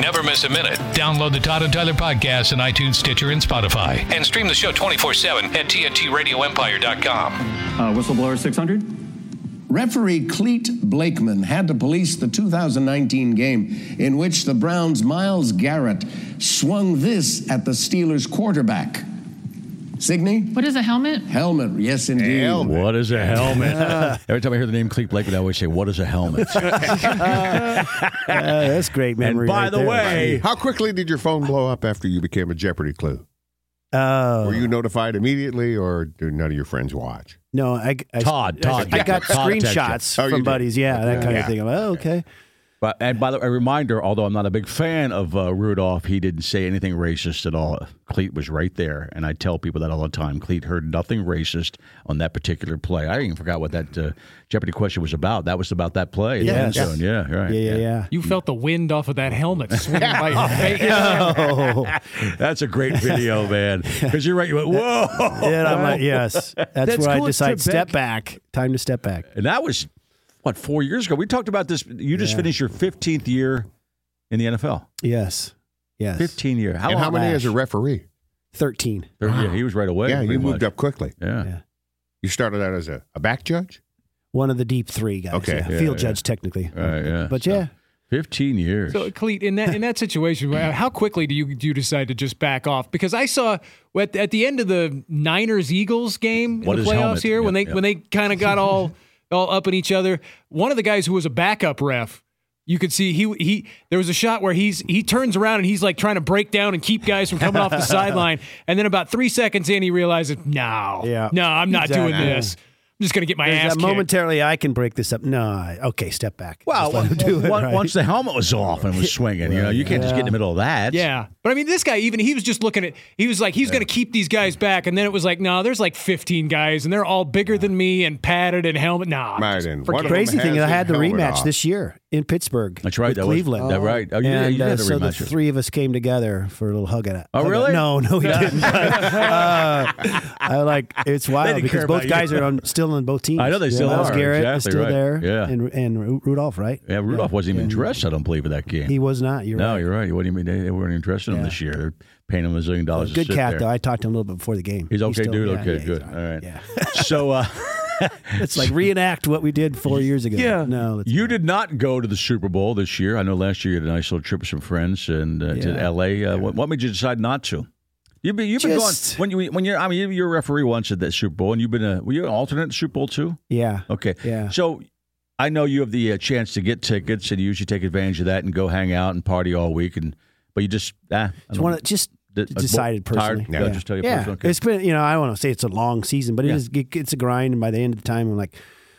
Never miss a minute. Download the Todd and Tyler podcast on iTunes, Stitcher, and Spotify. And stream the show 24 7 at TNTRadioEmpire.com. Uh, whistleblower 600? Referee Cleet Blakeman had to police the 2019 game in which the Browns' Miles Garrett swung this at the Steelers' quarterback. Signe? What is a helmet? Helmet, yes, indeed. What is a helmet? Every time I hear the name Cleek Blakeman, I always say, "What is a helmet?" Yeah, Oh, that's great and memory. by right the there. way, How quickly did your phone blow up after you became a Jeopardy clue? oh Were you notified immediately, or do none of your friends watch? no, I, I Todd, Todd, I, I got Todd texted. screenshots Oh, you from did? buddies. Yeah, that kind of thing. I'm like, oh, okay. But and by the way, a reminder, although I'm not a big fan of uh, Rudolph, he didn't say anything racist at all. Cleet was right there, and I tell people that all the time. Cleet heard nothing racist on that particular play. I even forgot what that uh, Jeopardy question was about. That was about that play. in the end Yes. zone. Yeah, right. Yeah, yeah, yeah. You felt the wind off of that helmet swinging by your face. That's a great video, man. Because you're right. You went, whoa. Yeah, I'm like, yes. That's, where I cool, it's decide Trebek. step back. Time to step back. And that was, what, four years ago? We talked about this. You just finished your 15th year in the NFL. Yes. Yes. 15 year. How and how long- many Flash. as a referee? Thirteen. Yeah, he was right away. yeah, you pretty moved much. up quickly. Yeah. Yeah. You started out as a, a back judge? One of the deep three guys. Okay. Yeah. Yeah, Field yeah. judge technically. Right, yeah. But So, yeah. 15 years. So, Cleet, in that in that situation, how quickly do you do you decide to just back off? Because I saw at, at the end of the Niners Eagles game in What the is playoffs helmet? here, when they Yep, yep. when they kind of got all all up in each other, one of the guys who was a backup ref. You could see he he there was a shot where he's he turns around and he's like trying to break down and keep guys from coming off the sideline and then about 3 seconds in he realizes no Yeah. no I'm not Exactly. doing this I'm just going to get my There's ass that kicked. momentarily I can break this up. No, I, okay, step back. Well, Just let him do it, on- right? once the helmet was off and was swinging, you know, you can't just get in the middle of that. Yeah. But I mean, this guy, even he was just looking at, he was like, he's going to keep these guys back. And then it was like, no, there's like 15 guys and they're all bigger than me and padded and helmet. Nah. Right, just and forget one it. of them Crazy thing, has I his had the helmet rematch off. this year in Pittsburgh. That's right, with that was- Cleveland. that right. Oh, you did- and, you did uh, the so the rematch. three of us came together for a little hug at it. Oh, hug really? Out. No, no, we didn't. uh, I like it's They wild didn't because care both about guys you. are on, still on both teams. I know they still Miles are, Garrett is exactly still right. there. Yeah. and and Ru- Rudolph, right? Yeah, Rudolph wasn't even dressed, I don't believe, in that game. He was not. You're no, right. you're right. He wasn't even, they they weren't even dressing him Yeah. this year. They're paying him a zillion dollars. to Good sit cat there. though. I talked to him a little bit before the game. He's okay, still- dude. yeah, okay, yeah, he's good. All right. right. Yeah. So uh, It's like reenact what we did four years ago. Yeah. No. it's- you did not go to the Super Bowl this year. I know last year you had a nice little trip with some friends and uh, to Yeah. L.A. Uh, what, what made you decide not to? You've been you've Just- been going when you when you're I mean you- you're a referee once at that Super Bowl and you've been a were you an alternate at Super Bowl too? Yeah. Okay. Yeah. So I know you have the uh, chance to get tickets, and you usually take advantage of that and go hang out and party all week. And but you just ah, I It's don't one know. of just D- uh, decided bo- tired? personally. Yeah, just tell you yeah. personally, okay. It's been you know I don't want to say it's a long season, but it Yeah. is it, it's a grind. And by the end of the time, I'm like,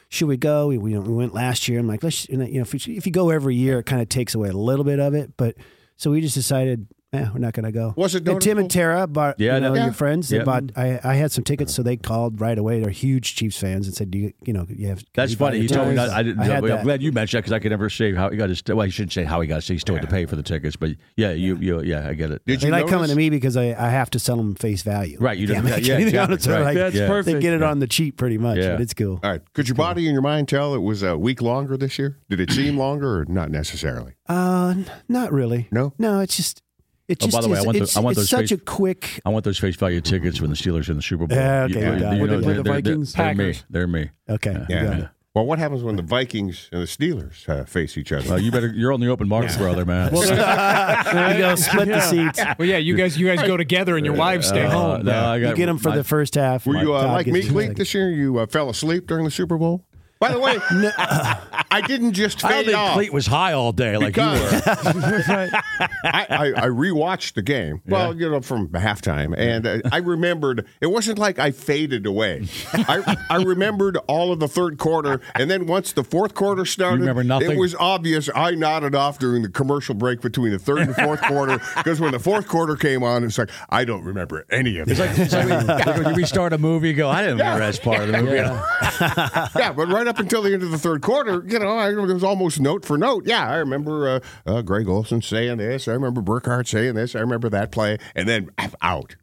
should we go? We we, we went last year. I'm like, let's and, you know if you, if you go every year, it kind of takes away a little bit of it. But so we just decided eh, we're not going to go. Was it And Tim noticeable? and Tara bought, Yeah, you know, yeah. your friends, Yeah. they bought, I, I had some tickets, so they called right away. They're huge Chiefs fans and said, do you, you know, you have. can That's you buy funny. your He told me tickets?" that. I didn't. I had I'm that. glad you mentioned that because I could never say how he got his. Well, you shouldn't say how he got. So he still had to pay for the tickets. But yeah, you, you, yeah, I get it. Did They you like coming notice? to me because I, I have to sell them face value. Right, you Damn, don't- yeah, I can't even exactly, honest, they're right. like, That's They perfect. get it on the cheap pretty much, Yeah. but it's cool. All right. Could your body and your mind tell it was a week longer this year? Did it seem longer or not necessarily? Uh, n- not really. No? no, it's just, it Oh, just by the way, I is- want the- it's, I want those it's such face- a quick. I want those face value tickets when the Steelers are in the Super Bowl. Yeah, okay, You- we you- got it. you When know, they play they're- they're- the they're- Vikings? They're me. Packers. They're me. Okay, you got it. Well, what happens when the Vikings and the Steelers uh, face each other? Well, you better. You're on the open market, brother, man. Ah, There you go. Split the seats. Well, yeah, you guys, you guys go together, and your wives stay Uh, home. no, I got- You get them for my- the first half. Were you uh, Todd like gets me, you the Cleek, second. this year? You uh, fell asleep during the Super Bowl? By the way, I didn't just I don't fade think off. Cleet was high all day like you were. because I, I, I rewatched the game. Well, you know, from halftime, and uh, I remembered it wasn't like I faded away. I, I remembered all of the third quarter, and then once the fourth quarter started, remember nothing? It was obvious I nodded off during the commercial break between the third and fourth quarter because when the fourth quarter came on, it's like I don't remember any of it. It's like, it's like when- like when you restart a movie, you go, I didn't remember that part of the movie. yeah, but right up until the end of the third quarter, you know, I, it was almost note for note. Yeah, I remember uh, uh, Greg Olson saying this. I remember Burkhardt saying this. I remember that play, and then I'm out.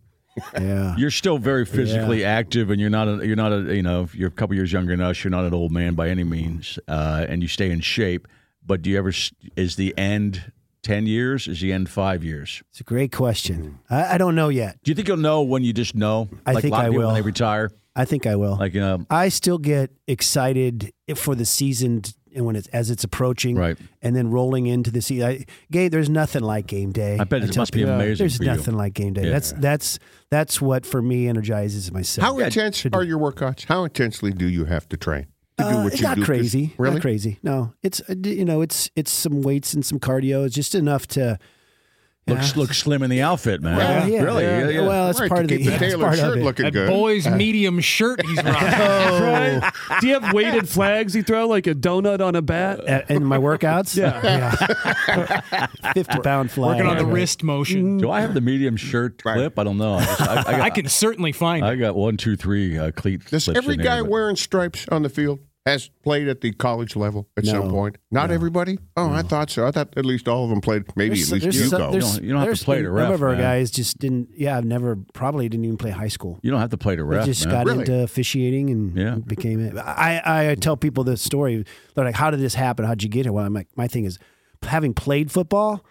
Yeah. You're still very physically active, and you're not a, you're not a you know you're a couple years younger than us. You're not an old man by any means, uh, and you stay in shape. But do you ever s- is the end ten years? Is the end five years? It's a great question. I, I don't know yet. Do you think you'll know when you just know? I like think a lot I of people will. when they retire. I think I will. Like you know, I still get excited for the season t- and when it's as it's approaching, Right. And then rolling into the season. I, game, there's nothing like game day. I bet it tell must be people, amazing There's for you. nothing like game day. Yeah. That's that's that's what for me energizes myself. How intense are your workouts? How intensely do you have to train to do Uh, what it's you not do? 'Cause- crazy. Really? Not crazy. No, it's uh, d- you know, it's it's some weights and some cardio. It's just enough to. looks looks slim in the outfit, man. Well, yeah. Really? Yeah, yeah. Well, that's Right, part to of the, keep the that's Taylor part shirt of it. looking That good. boy's medium shirt he's rocking. Right? Do you have weighted flags you throw like a donut on a bat? A- and uh, my workouts. Yeah. fifty pound fly. Working on the wrist motion. do I have the medium shirt Right. clip? I don't know. I, just- I, I, got, I can certainly find I it. got one, two, three uh, cleat. Does clips every in guy there, but- wearing stripes on the field has played at the college level at some No. point? Not everybody. Oh, I thought so. I thought at least all of them played. Maybe There's- at least there's you some- go. there's- You don't- you don't have to there's play to a ref, number of our man. guys just didn't. Yeah, I've never probably didn't even play high school. You don't have to play to I ref. just man. got Really? into officiating and Yeah. became it. I, I tell people this story. They're like, "How did this happen? How'd you get here?" Well, I'm like, my thing is, having played football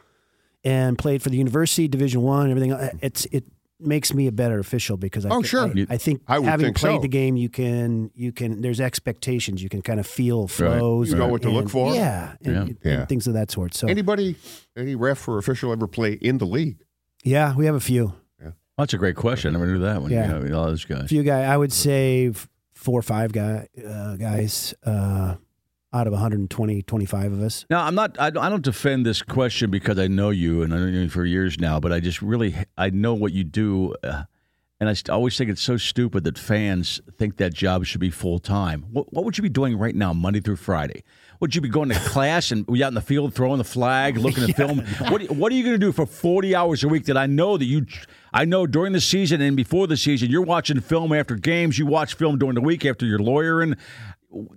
and played for the university, Division One, everything. uh, It's it makes me a better official because I Oh, thi- sure. I, I think I would having think played so. the game, you can you can there's expectations. You can kind of feel flows. You know and- what to look and- for. Yeah, and, and Yeah. things of that sort. So Anybody, any ref or official ever play in the league? yeah, we have a few. That's a great question. I never knew that one. Yeah. Yeah, you know, all those guys. few guy. I would say f- four or five guy uh, guys uh, out of 120, 25 of us. Now, I'm not. I, don't- I don't defend this question because I know you and I know you for years now. But I just really I know what you do, uh, and I st- always think it's so stupid that fans think that job should be full time. What, what would you be doing right now, Monday through Friday? Would you be going to class and be out in the field throwing the flag, looking at film? What do- What are you going to do for 40 hours a week? That I know that you. I know during the season and before the season, you're watching film after games. You watch film during the week after you're lawyering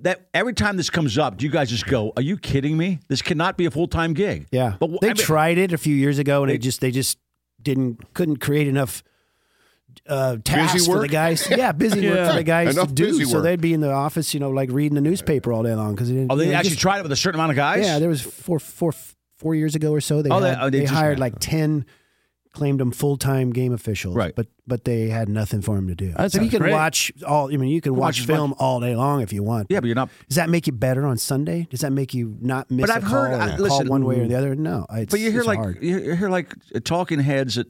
that every time this comes up, do you guys just go, "Are you kidding me? This cannot be a full time gig." Yeah, but wh- they I mean- tried it a few years ago, and it just they just didn't couldn't create enough. Uh, tasks for the work? guys, yeah, busy work for the guys to Enough busy do. So work. they'd be in the office, you know, like reading the newspaper all day long because they didn't. Oh, you they know, actually just- tried it with a certain amount of guys. Yeah, there was four, four, four years ago or so. They Oh, they- had, oh, they they, just- hired like ten, claimed them full time game officials. Right. but but they had nothing for them to do. That so you sounds can great. watch all. I mean, you can watch as film all day long if you want. yeah, but you're not. Does that make you better on Sunday? Does that make you not miss But a I've call heard- or I- a call listen, one way or the other? No, it's, But you hear it's like hard. you hear like talking heads that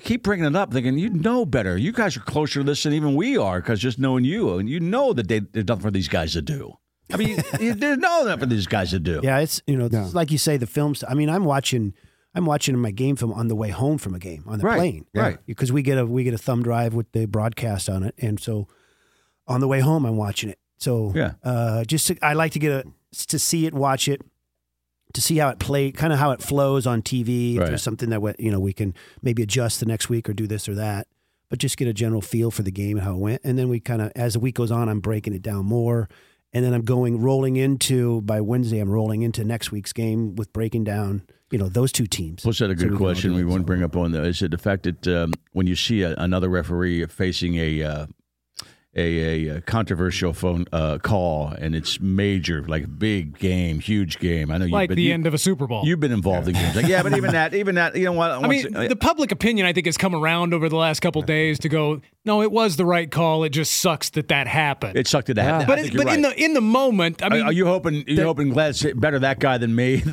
keep bringing it up, thinking you know better. You guys are closer to this than even we are because just knowing you, and you know that they, there's nothing for these guys to do. I mean, you, there's no nothing for these guys to do. Yeah, it's you know, it's like you say, the films. I mean, I'm watching, I'm watching my game film on the way home from a game on the Right, plane, right. Because we get a we get a thumb drive with the broadcast on it, and so on the way home, I'm watching it. So Yeah. uh, just to, I like to get a to see it, watch it, to see how it play, kind of how it flows on TV. Right. If there's something that we, you know we can maybe adjust the next week or do this or that, but just get a general feel for the game and how it went. And then we kind of as the week goes on, I'm breaking it down more, and then I'm going rolling into by Wednesday, I'm rolling into next week's game with breaking down you know those two teams. Plus, that a So good we can all question do we it. want to So- bring up on there is it the fact that um, when you see a, another referee facing a uh, a, a, uh controversial phone uh, call and it's major, like big game, huge game. I know like you've been, the you, uh, end of a Super Bowl. have been involved in games. Like, yeah, but even that, even that, you know what? I mean, the public opinion I think has come around over the last couple days to go, no, it was the right call. It just sucks that that happened. it sucked it out. but it, but in the in the moment, I Are- mean, are you hoping you hoping glad better that guy than me? Threw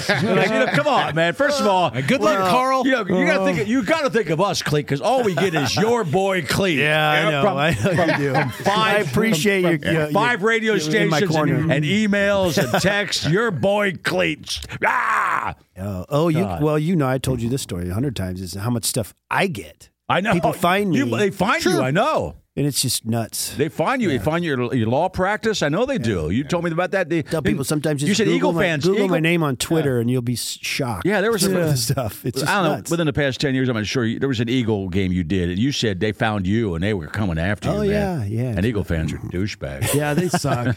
flag. Like, you know, come on, man. First of all, good luck, Carl. You, know, you gotta think. Of, you gotta think of us, Cleek, because all we get is your boy, Cleek. Yeah, I know. I know you do. I appreciate from, your- from your- your- five radio your- in my stations and, corner. and emails and texts. your boy, Cleek. Ah, Oh, oh you, well, you know, I told you this story a hundred times. Is how much stuff I get, I know. People find You, me. they find you. I know. and it's just nuts. They find you. They find your your law practice. I know they do. You told me about that. They, Tell people sometimes just you said Google Eagle my, fans. Google Eagle- my name on Twitter, and you'll be s- shocked. Yeah, there was some a- of the stuff. It's just I don't nuts. know. Within the past ten years, I'm not sure you- there was an Eagle game you did, and you said they found you and they were coming after you. Oh, man. yeah, yeah. And Eagle fans are douchebags. Yeah, they suck.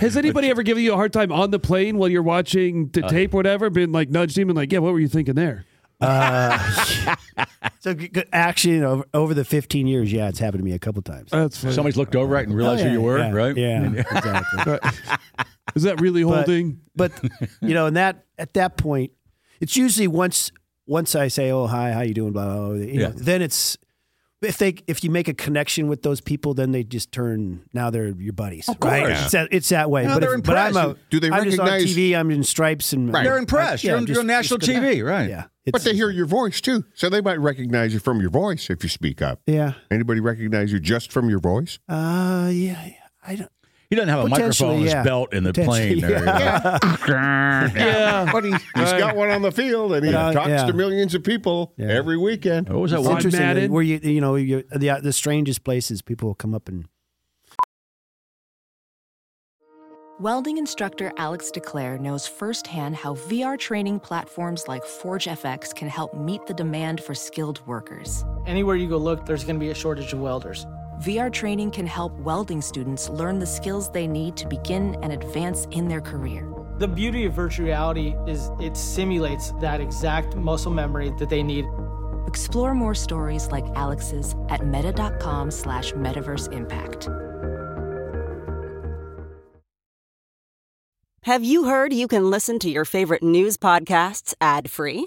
Has anybody ever given you a hard time on the plane while you're watching the Uh, tape, or whatever? Been like nudged him and like, yeah, what were you thinking there? so g- g- actually, you know, over, over the 15 years, yeah, it's happened to me a couple times. That's funny. Somebody's looked over at and realized Oh, yeah, who you were, yeah, right? Yeah, exactly. Is that really But- holding? But, you know, and that at that point, it's usually once once I say, "Oh, hi, how you doing?" Blah blah. blah you Yeah. know, then it's if they if you make a connection with those people, then they just turn. Now they're your buddies, right? course. It's that, it's that way. No, but, they're if, but I'm impressed. a, Do they I'm just on recognize- TV. I'm in stripes and Right. They're impressed. Yeah, you're, on- just- you're on national just good. TV, right? Yeah, But it's- they hear your voice too, so they might recognize you from your voice if you speak up. yeah, Anybody recognize you just from your voice? uh, yeah. yeah. I don't. He doesn't have a microphone on Potentially, his yeah. belt in the plane. Potentially, There, Yeah. But he, has Uh, got one on the field, and he But, uh, talks yeah. to millions of people Yeah. every weekend. What was that It's one? interesting Madden. where you you know you the uh, the strangest places people will come up and Welding instructor Alex DeClaire knows firsthand how VR training platforms like ForgeFX can help meet the demand for skilled workers. Anywhere you go look, there's going to be a shortage of welders. VR training can help welding students learn the skills they need to begin and advance in their career. The beauty of virtual reality is it simulates that exact muscle memory that they need. Explore more stories like Alex's at meta.com slash metaverse impact. Have you heard you can listen to your favorite news podcasts ad free?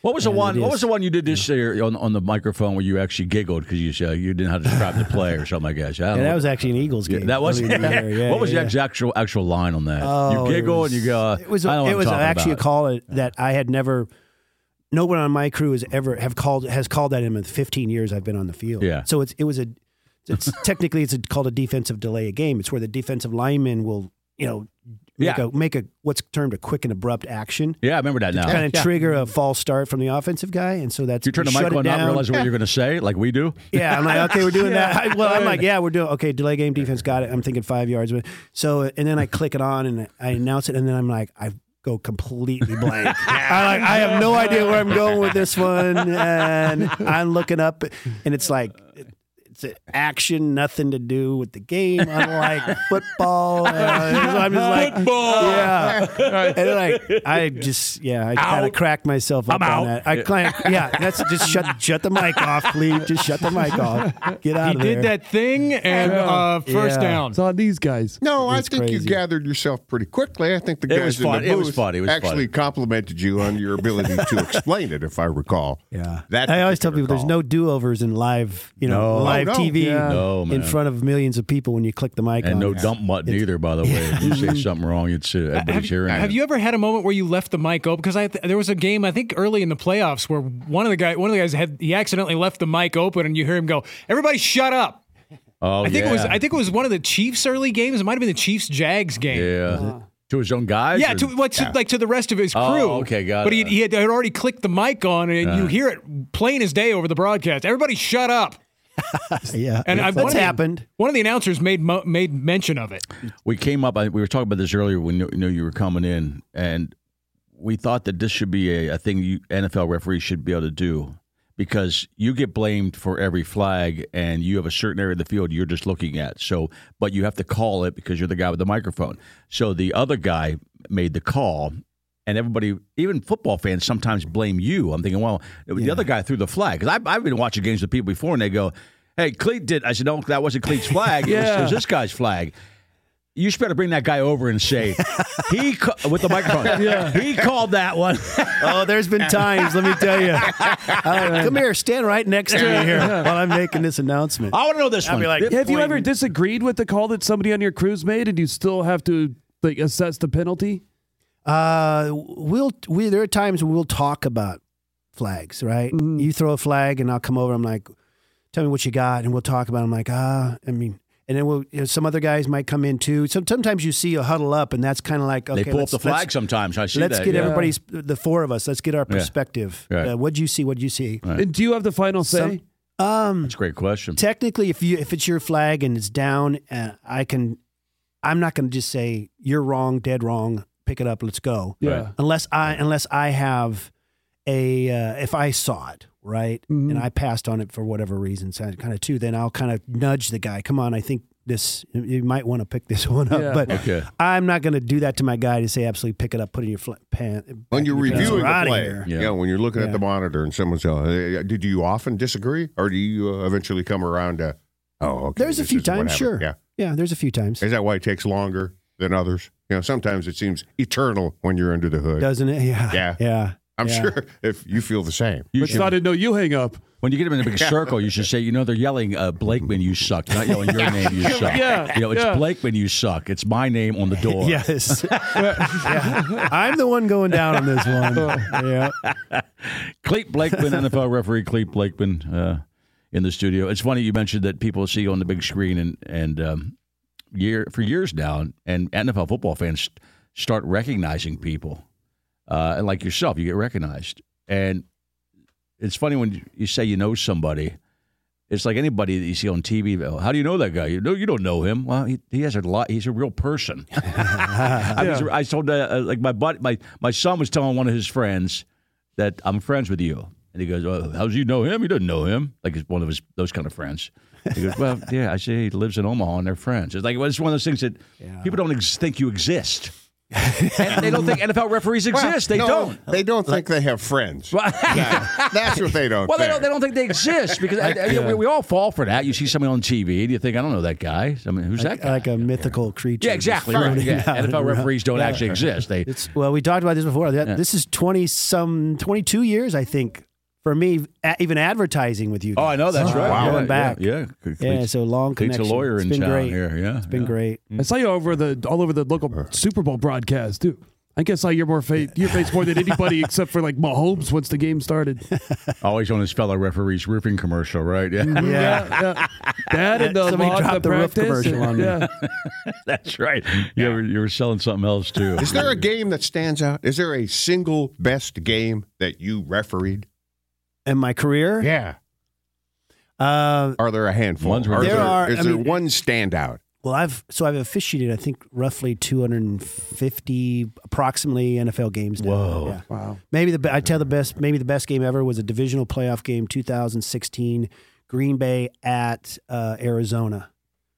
What was the Yeah, one? it What is. was the one you did this year on, on the microphone where you actually giggled because you said you didn't know how to describe the play or something like that? I don't know. yeah, that was actually an Eagles Yeah, game. that was earlier in the year. Yeah, what was the yeah, yeah. ex- actual actual line on that? Oh, you it giggle was- and you go. uh, It was I know what it I'm was talking actually about. a call that- that I had never. No one on my crew has ever have called has called that in the 15 years I've been on the field. Yeah. So it's it was a. It's technically it's a, called a defensive delay of game. It's where the defensive lineman will you know make Yeah. a make a what's termed a quick and abrupt action. Yeah, I remember that now. Kind of trigger a false start from the offensive guy, and so that's You turn the shut mic it on, not down. realize what you're going to say, like we do. Yeah, I'm like, okay, we're doing that. I, well, I'm like, yeah, we're doing okay. Delay game defense, got it. I'm thinking five yards, but so and then I click it on and I announce it, and then I'm like, I go completely blank. I like, I have no idea where I'm going with this one, and I'm looking up, and it's like. It's an action, nothing to do with the game, unlike football. Uh, so I'm just like, Football. yeah. And like, I just, yeah, I kind of cracked myself up I'm on out. that. I kind of, yeah, that's just shut, shut the mic off, please. Just shut the mic off. Get out he of did there. that thing and uh, first Oh, Yeah. down. It's on these guys. No, I It's think you crazy. gathered yourself pretty quickly. I think the It guys was in fun. the It was booth fun. It was actually fun. complimented you on your ability to explain it, if I recall. Yeah. That I always tell particular people there's call. no do overs in live, you know, No. live live No. TV Yeah. No, man. in front of millions of people when you click the mic. And on. no dump mutton either, by the way. If you say something wrong, it's uh, everybody's hearing Have it. you ever had a moment where you left the mic open? Because I there was a game I think early in the playoffs where one of the guy one of the guys had he accidentally left the mic open and you hear him go, "Everybody, shut up." oh, I think it was yeah. I think it was one of the Chiefs early games. It might have been the Chiefs Jags game. Uh-huh. yeah. To his own guys? Yeah, or- to, well, to, like to the rest of his crew. Oh, okay, got But he, it. he had, had already clicked the mic on, and you Uh. hear it plain as day over the broadcast. Everybody, shut up! yeah, And I- one that's of the- happened. One of the announcers made mo- made mention of it. we came up. I, we were talking about this earlier when you, you know you were coming in, and we thought that this should be a, a thing you, NFL referees should be able to do because you get blamed for every flag, and you have a certain area of the field you're just looking at. So, but you have to call it because you're the guy with the microphone. So the other guy made the call. And everybody, even football fans, sometimes blame you. I'm thinking, well, the other guy threw the flag because I've, I've been watching games with people before, and they go, "Hey, Cleat did." I said, "No, that wasn't Cleat's flag. It was- it Yeah. was this guy's flag." you should better bring that guy over and say he ca- with the microphone. Yeah. He called that one. Oh, there's been times. Let me tell you. Come here, stand right next to me here while I'm making this announcement. I want to know this I'd one. Be like, Have you pointing- ever disagreed with the call that somebody on your cruise made, and you still have to like assess the penalty? Uh, we'll we there are times we'll talk about flags, right? You throw a flag, and I'll come over. I'm like, tell me what you got, and we'll talk about. It. I'm like, ah, I mean, and then we'll you know, some other guys might come in too. So sometimes you see a huddle up, and that's kind of like okay, they pull up let's- the flag let's- sometimes. I see Let's that. get yeah. everybody's the four of us. Let's get our Yeah. perspective. Right. Uh, what'd you see? What'd you see? Right. And do you have the final say? Some- um, That's a great question. technically if you if it's your flag and it's down uh, i can i'm not going to just say you're wrong dead wrong pick it up let's go Yeah. Right. unless i unless i have a uh, if i saw it right and i passed on it for whatever reason so kind of too then i'll kind of nudge the guy come on i think this you might want to pick this one up Yeah. but Okay. i'm not going to do that to my guy to say absolutely pick it up put it in your fl- pant When you're reviewing the outta play, here. yeah. Yeah. when you're looking Yeah. at the monitor and someone's going, "Hey, did you often disagree, or do you uh, eventually come around to, oh, okay, there's a this few is what times happened." sure yeah. yeah there's a few times Is that why it takes longer than others? You know, sometimes it seems eternal when you're under the hood. doesn't it yeah Yeah. yeah I'm yeah. sure if you feel the same. You Which should- I didn't know you hang up. when you get them in a big circle, you should say, you know, they're yelling uh, Blakeman, you suck. Not yelling your name, you suck. Yeah, You know, it's yeah. Blakeman, you suck. It's my name on the door. Yes. Yeah. I'm the one going down on this one. Yeah. Cleat Blakeman, NFL referee Cleat Blakeman, uh, in the studio. It's funny you mentioned that people see you on the big screen and and um, year for years now, and NFL football fans start recognizing people, uh, and like yourself, you get recognized. And it's funny when you say you know somebody. It's like anybody that you see on TV. "Oh, How do you know that guy? You know you don't know him. Well, he, he has a lot. He's a real person. I, was, I told uh, uh, like my buddy, my my son was telling one of his friends that I'm friends with you, and he goes, well, "How do you know him? He doesn't know him." Like it's one of his those kind of friends. He goes, "Well, yeah, I say he lives in Omaha, and they're friends." It's like well, it's one of those things that people don't ex- think you exist. and they don't think NFL referees exist. they no, don't. They don't think they have friends. Yeah, that's what they don't Well, they think. don't. They don't think they exist because I, I- we, we all fall for that. You see somebody on TV, and you think, "I don't know that guy." I mean, who's that Like, guy? like a mythical creature. yeah, exactly. just Right. floating Yeah. out and NFL around. referees don't Yeah. actually exist. They It's well, we talked about this before. That, Yeah. This is twenty some twenty two years, I think, for me. A, even advertising with you. Oh, I know that's right. Wow. Yeah, Going back. yeah. yeah. Yeah, so long Cleats connection. a lawyer It's in been town great. here. Yeah, It's been yeah. great. I saw you over the all over the local Super Bowl broadcast, dude. I guess I saw your more fa- your face more than anybody except for like Mahomes once the game started. Always on his fellow referees roofing commercial, right? Yeah, Yeah. yeah. That and the Somebody lawn, dropped the roof practice, commercial on me. yeah. that's right. You were you were selling something else too. Is there a game that stands out? Is there a single best game that you refereed? And my career. Yeah. Uh, Are there a handful? Ones where- Are There are- Is I there mean- one standout? Well, I've so I've officiated I think roughly 250 approximately NFL games. Now. Whoa. Wow. Maybe the be- I tell the best maybe the best game ever was a divisional playoff game 2016 Green Bay at uh, Arizona.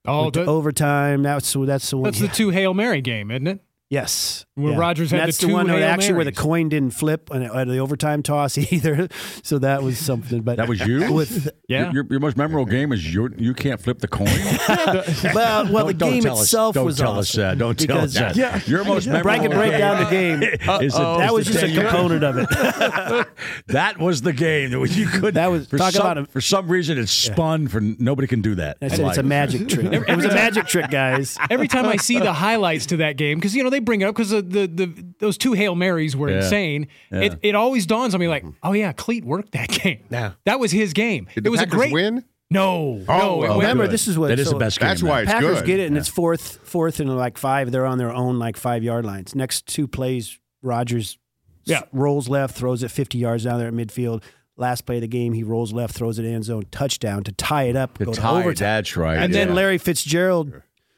Oh, Went oh, that- to overtime. That's that's the one. that's the two hail mary game, isn't it? Yes. When Rodgers had And that's the two one Hail actually where the Marys. coin didn't flip on on the overtime toss either. So that was something. But That was you. With, Your- Your, your most memorable game is you. You can't flip the coin. uh, well, well, the Don't- don't game tell us- itself don't was tell awesome us that. Don't tell because- us that. Yeah. Your most If I memorable could break down the game. is the- that is was the just a day you- component of it. That was the game that you could. That was for talk some, about a- for some reason it spun for nobody can do that. I in said it's a life. magic trick. It was a magic trick, guys. Every time I see the highlights to that game, because you know they bring it up because the, the the those two hail marys were Yeah. insane. Yeah. It it always dawns on me like, Mm-hmm. oh yeah, Cleat worked that game. Yeah. that was his game. Did it the was Packers a great win? No, no. Oh, it well, went- Remember, this is what That is so the best game. That's why it's Packers good. get it, and it's fourth, fourth, and like five. They're on their own like five yard lines. Next two plays, Rogers Yeah. rolls left, throws it fifty yards down there at midfield. Last play of the game, he rolls left, throws it end zone, touchdown to tie it up, To go to tie it, overtime. that's right, And yeah. then Larry Fitzgerald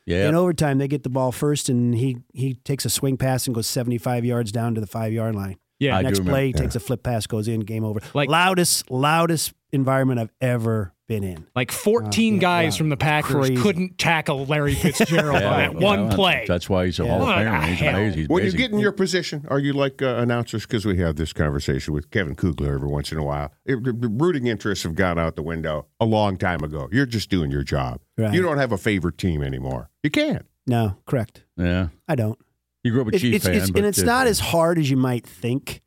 Yeah. in overtime, they get the ball first, and he he takes a swing pass and goes seventy five yards down to the five yard line. Yeah. I do next remember. play he takes a flip pass, goes in, game over. Like- loudest, loudest environment I've ever been in. like Oh, 14 guys from the Packers Crazy. couldn't tackle Larry Fitzgerald Yeah, on that yeah, one that's- play. That's why he's a Hall of What Famer. the He's hell? amazing. He's When you amazing. get in your position, are you like uh, announcers? Because we have this conversation with Kevin Kugler every once in a while. It- the- the rooting interests have gone out the window a long time ago. You're just doing your job. Right. You don't have a favorite team anymore. You can't. No, correct. yeah, I don't. you grew up a It- Chief it's, fan, it's- but and it's uh, not as hard as you might think.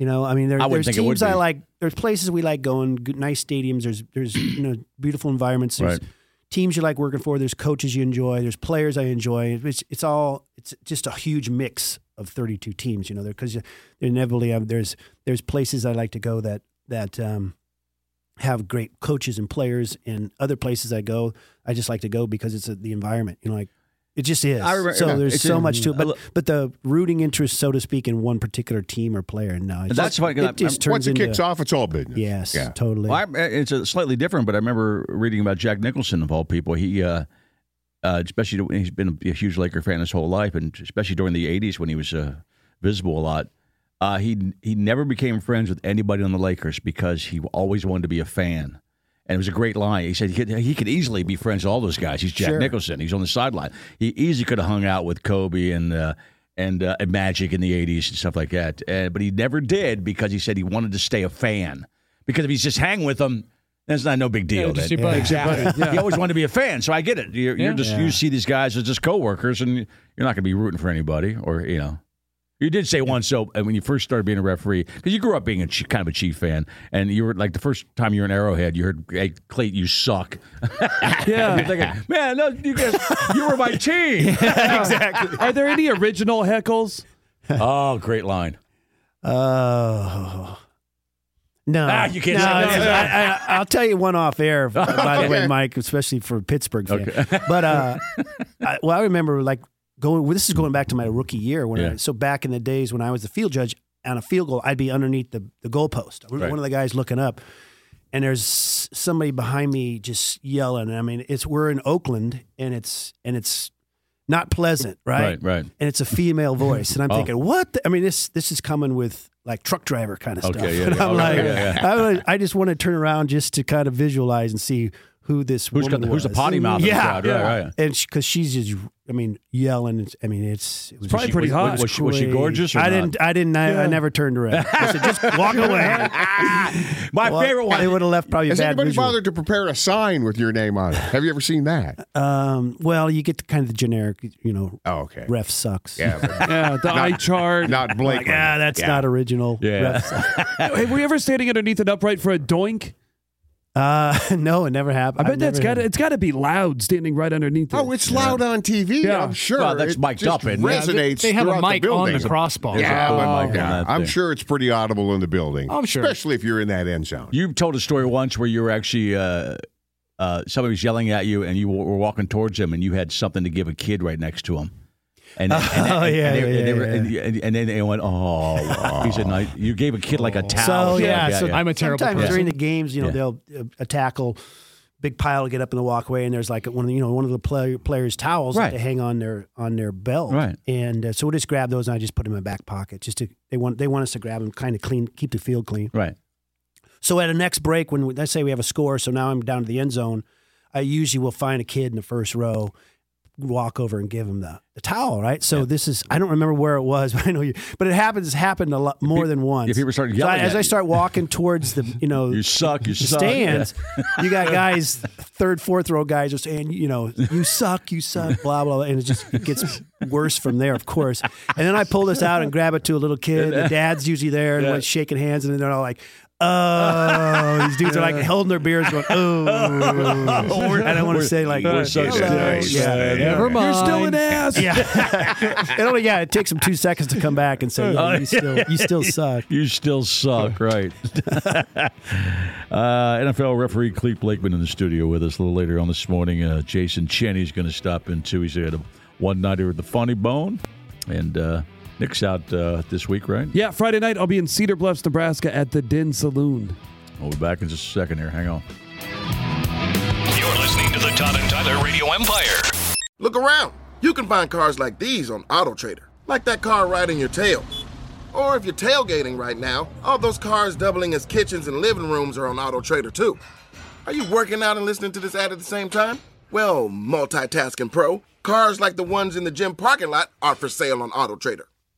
You know, I mean, there, I wouldn't there's think it would teams I be. like. There's places we like going. Good, nice stadiums. There's there's you know beautiful environments. There's Right. teams you like working for. There's coaches you enjoy. There's players I enjoy. It's it's all it's just a huge mix of 32 teams. You know, because inevitably um, there's there's places I like to go that that um, have great coaches and players, and other places I go I just like to go because it's uh the environment. You know, like it just is. I remember- so there's it's so in- much to it, I lo- but but the rooting interest, so to speak, in one particular team or player. No, it's That's just, why- 'cause I- it just turns Once it into kicks off, it's all business. yes, Yeah. totally. Well, I, it's a slightly different, but I remember reading about Jack Nicholson of all people. He, uh, uh, especially when he's been a huge Laker fan his whole life, and especially during the '80s when he was uh, visible a lot. Uh, he he never became friends with anybody on the Lakers because he always wanted to be a fan. And it was a great line. He said he could, he could easily be friends with all those guys. He's Jack Sure. Nicholson. He's on the sideline. He easily could have hung out with Kobe and uh, and, uh, and Magic in the '80s and stuff like that. Uh, but he never did because he said he wanted to stay a fan. Because if he's just hang with them, that's not no big deal. Yeah, just That- your buddy. Exactly. You always want to be a fan, so I get it. You're, you're Yeah. just you see these guys as just coworkers, and you're not going to be rooting for anybody, or you know. You did say once, so uh, when you first started being a referee, because you grew up being a Chi- kind of a Chief fan, and you were like the first time you were an Arrowhead, you heard, "Hey, Clayton, you suck." Yeah. You're thinking, man, no, you guys, you were my team. exactly. Are there any original heckles? oh, great line. Oh. No, Ah, you can't say No, that. it's- I, I, I'll tell you one off air, by the way, Okay. Mike, especially for Pittsburgh fan. But uh, I, well, I remember like going. Well, this is going back to my rookie year when. Yeah. I, so back in the days when I was the field judge on a field goal, I'd be underneath the the goalpost. Right. One of the guys looking up, and there's s- somebody behind me just yelling. I mean, it's we're in Oakland, and it's and it's not pleasant, Right, right. and it's a female voice, and I'm Oh. thinking, what? the- I mean, this this is coming with like truck driver kind of Okay, stuff, yeah, and yeah, I'm okay, like, yeah, I, was- I just want to turn around just to kind of visualize and see who this Who's got woman the, who's the was. potty mouth? in the Yeah, crowd? Right, right. and because she's just, I mean, yelling. It's- I mean, it's it was probably pretty was, hot. Was, she, was she gorgeous? Or I not? didn't. I didn't. I, I Yeah. never turned around. I said, just walk away. My Well, favorite one. They would have left probably a Has bad anybody visual. bothered to prepare a sign with your name on it? Have you ever seen that? Um, well, you get the kind of the generic, you know, Oh, okay. ref sucks. Yeah, but Yeah, the eye chart. not Like, Blake. ah, that's not original. Yeah. Ref sucks. Have we ever standing underneath an upright for a doink? Uh, no, it never I happened. bet that's got it's got to be loud standing right underneath. it. Oh, it's loud on TV. Yeah. I'm sure. Well, that's It mic'd just up, isn't it? resonates they have a throughout mic the on building. the crossbar. Yeah, Oh, but- mic on yeah. that I'm thing. sure it's pretty audible in the building. I'm sure. especially if you're in that end zone. You told a story once where you were actually uh, uh, somebody was yelling at you, and you w- were walking towards him, and you had something to give a kid right next to him. And, and- and- Oh, and yeah, they- and yeah, they were- yeah. and you- and- and then they went, oh, he said, no, you gave a kid like a towel. Oh. So or something yeah, like that, so I'm a terrible Sometimes person. during the games, you know, Yeah. they'll uh, a tackle, big pile will get up in the walkway, and there's like one of the, you know one of the play, players' towels Right. that they hang on their on their belt, Right. And uh, so we'll just grab those, and I just put them in my back pocket, just to they want they want us to grab them, kind of clean, keep the field clean. right. So at a next break, when we, let's say we have a score, so now I'm down to the end zone, I usually will find a kid in the first row, walk over and give him the, the towel, right? So this is I don't remember where it was, but I know you. But it happens. It's happened a lot more than once. people start So yelling I- as at I you. start walking towards the you know You suck. You the suck. stands, Yeah. you got guys third, fourth row guys are saying you know you suck, you suck, blah blah, blah. and it just gets worse from there, of course. And then I pull this out and grab it to a little kid. The dad's usually there and Yeah. we're shaking hands, and then they're all like. Oh, these dudes are like holding their beers, going, "Oh," and I want to Uh. We're- say like, we're so "Hello." nice. yeah, Never You're still an mind. ass. Yeah, it only yeah, it takes them two seconds to come back and say, "Yeah, Uh, you still, you still suck." You still suck, Uh, right? uh, NFL referee Cleet Blakeman in the studio with us a little later on this morning. Uh, Jason Cheney's going to stop in too. He's at a one nighter at the Funny Bone, and uh, Nick's out uh, this week, right? Yeah, Friday night I'll be in Cedar Bluffs, Nebraska at the Den Saloon. We'll be back in just a second here. Hang on. You're listening to the Todd and Tyler Radio Empire. Look around. You can find cars like these on AutoTrader, like that car riding your tail. Or if you're tailgating right now, all those cars doubling as kitchens and living rooms are on AutoTrader too. Are you working out and listening to this ad at the same time? Well, multitasking pro, cars like the ones in the gym parking lot are for sale on AutoTrader.